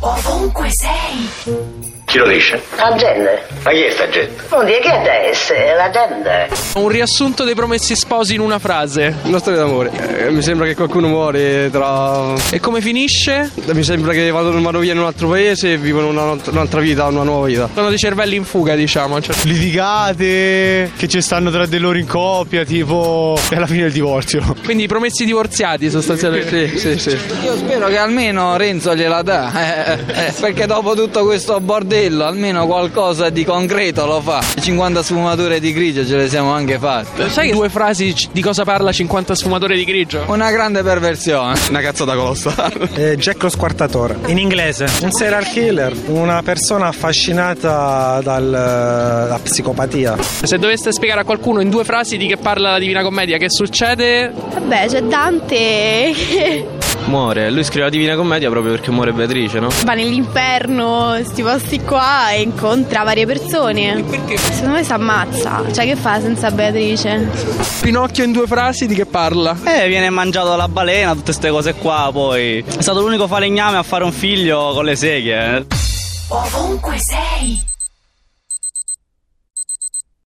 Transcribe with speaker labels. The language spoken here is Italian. Speaker 1: Ovunque sei.
Speaker 2: Chi lo dice?
Speaker 3: La gente.
Speaker 2: Ma chi è sta gente?
Speaker 3: Non dire che adesso è la gente.
Speaker 4: Un riassunto dei promessi sposi in una frase.
Speaker 5: Una storia d'amore. Eh, mi sembra che qualcuno muore tra.
Speaker 4: E come finisce?
Speaker 5: Mi sembra che vadano vanno via in un altro paese e vivono una- un'altra vita, una nuova vita.
Speaker 4: Sono dei cervelli in fuga, diciamo. Cioè,
Speaker 6: litigate che ci stanno tra di loro in coppia, tipo e alla fine il divorzio.
Speaker 4: quindi i promessi divorziati sostanzialmente.
Speaker 5: Sì, sì, sì.
Speaker 7: Io spero che almeno Renzo gliela dà, eh, eh, perché dopo tutto questo bordello almeno qualcosa di concreto lo fa. 50 sfumature di grigio ce le siamo anche fatte.
Speaker 4: Lo sai che due frasi c- di cosa parla 50 sfumatori di grigio?
Speaker 7: Una grande perversione.
Speaker 5: Una cazzata costa.
Speaker 8: Eh, Jack lo squartatore. In inglese. Un serial killer. Una persona affascinata dal- dalla psicopatia.
Speaker 4: Se doveste spiegare a qualcuno in due frasi di che parla la Divina Commedia, che succede?
Speaker 9: Vabbè, c'è Dante che
Speaker 5: Muore, lui scrive la Divina Commedia proprio perché muore Beatrice, no?
Speaker 9: va nell'inferno, sti posti qua e incontra varie persone. Secondo me si ammazza. Cioè, che fa senza Beatrice?
Speaker 4: Pinocchio in due frasi di che parla?
Speaker 7: Eh, viene mangiato la balena, tutte queste cose qua poi. È stato l'unico falegname a fare un figlio con le seghe.
Speaker 1: Ovunque sei.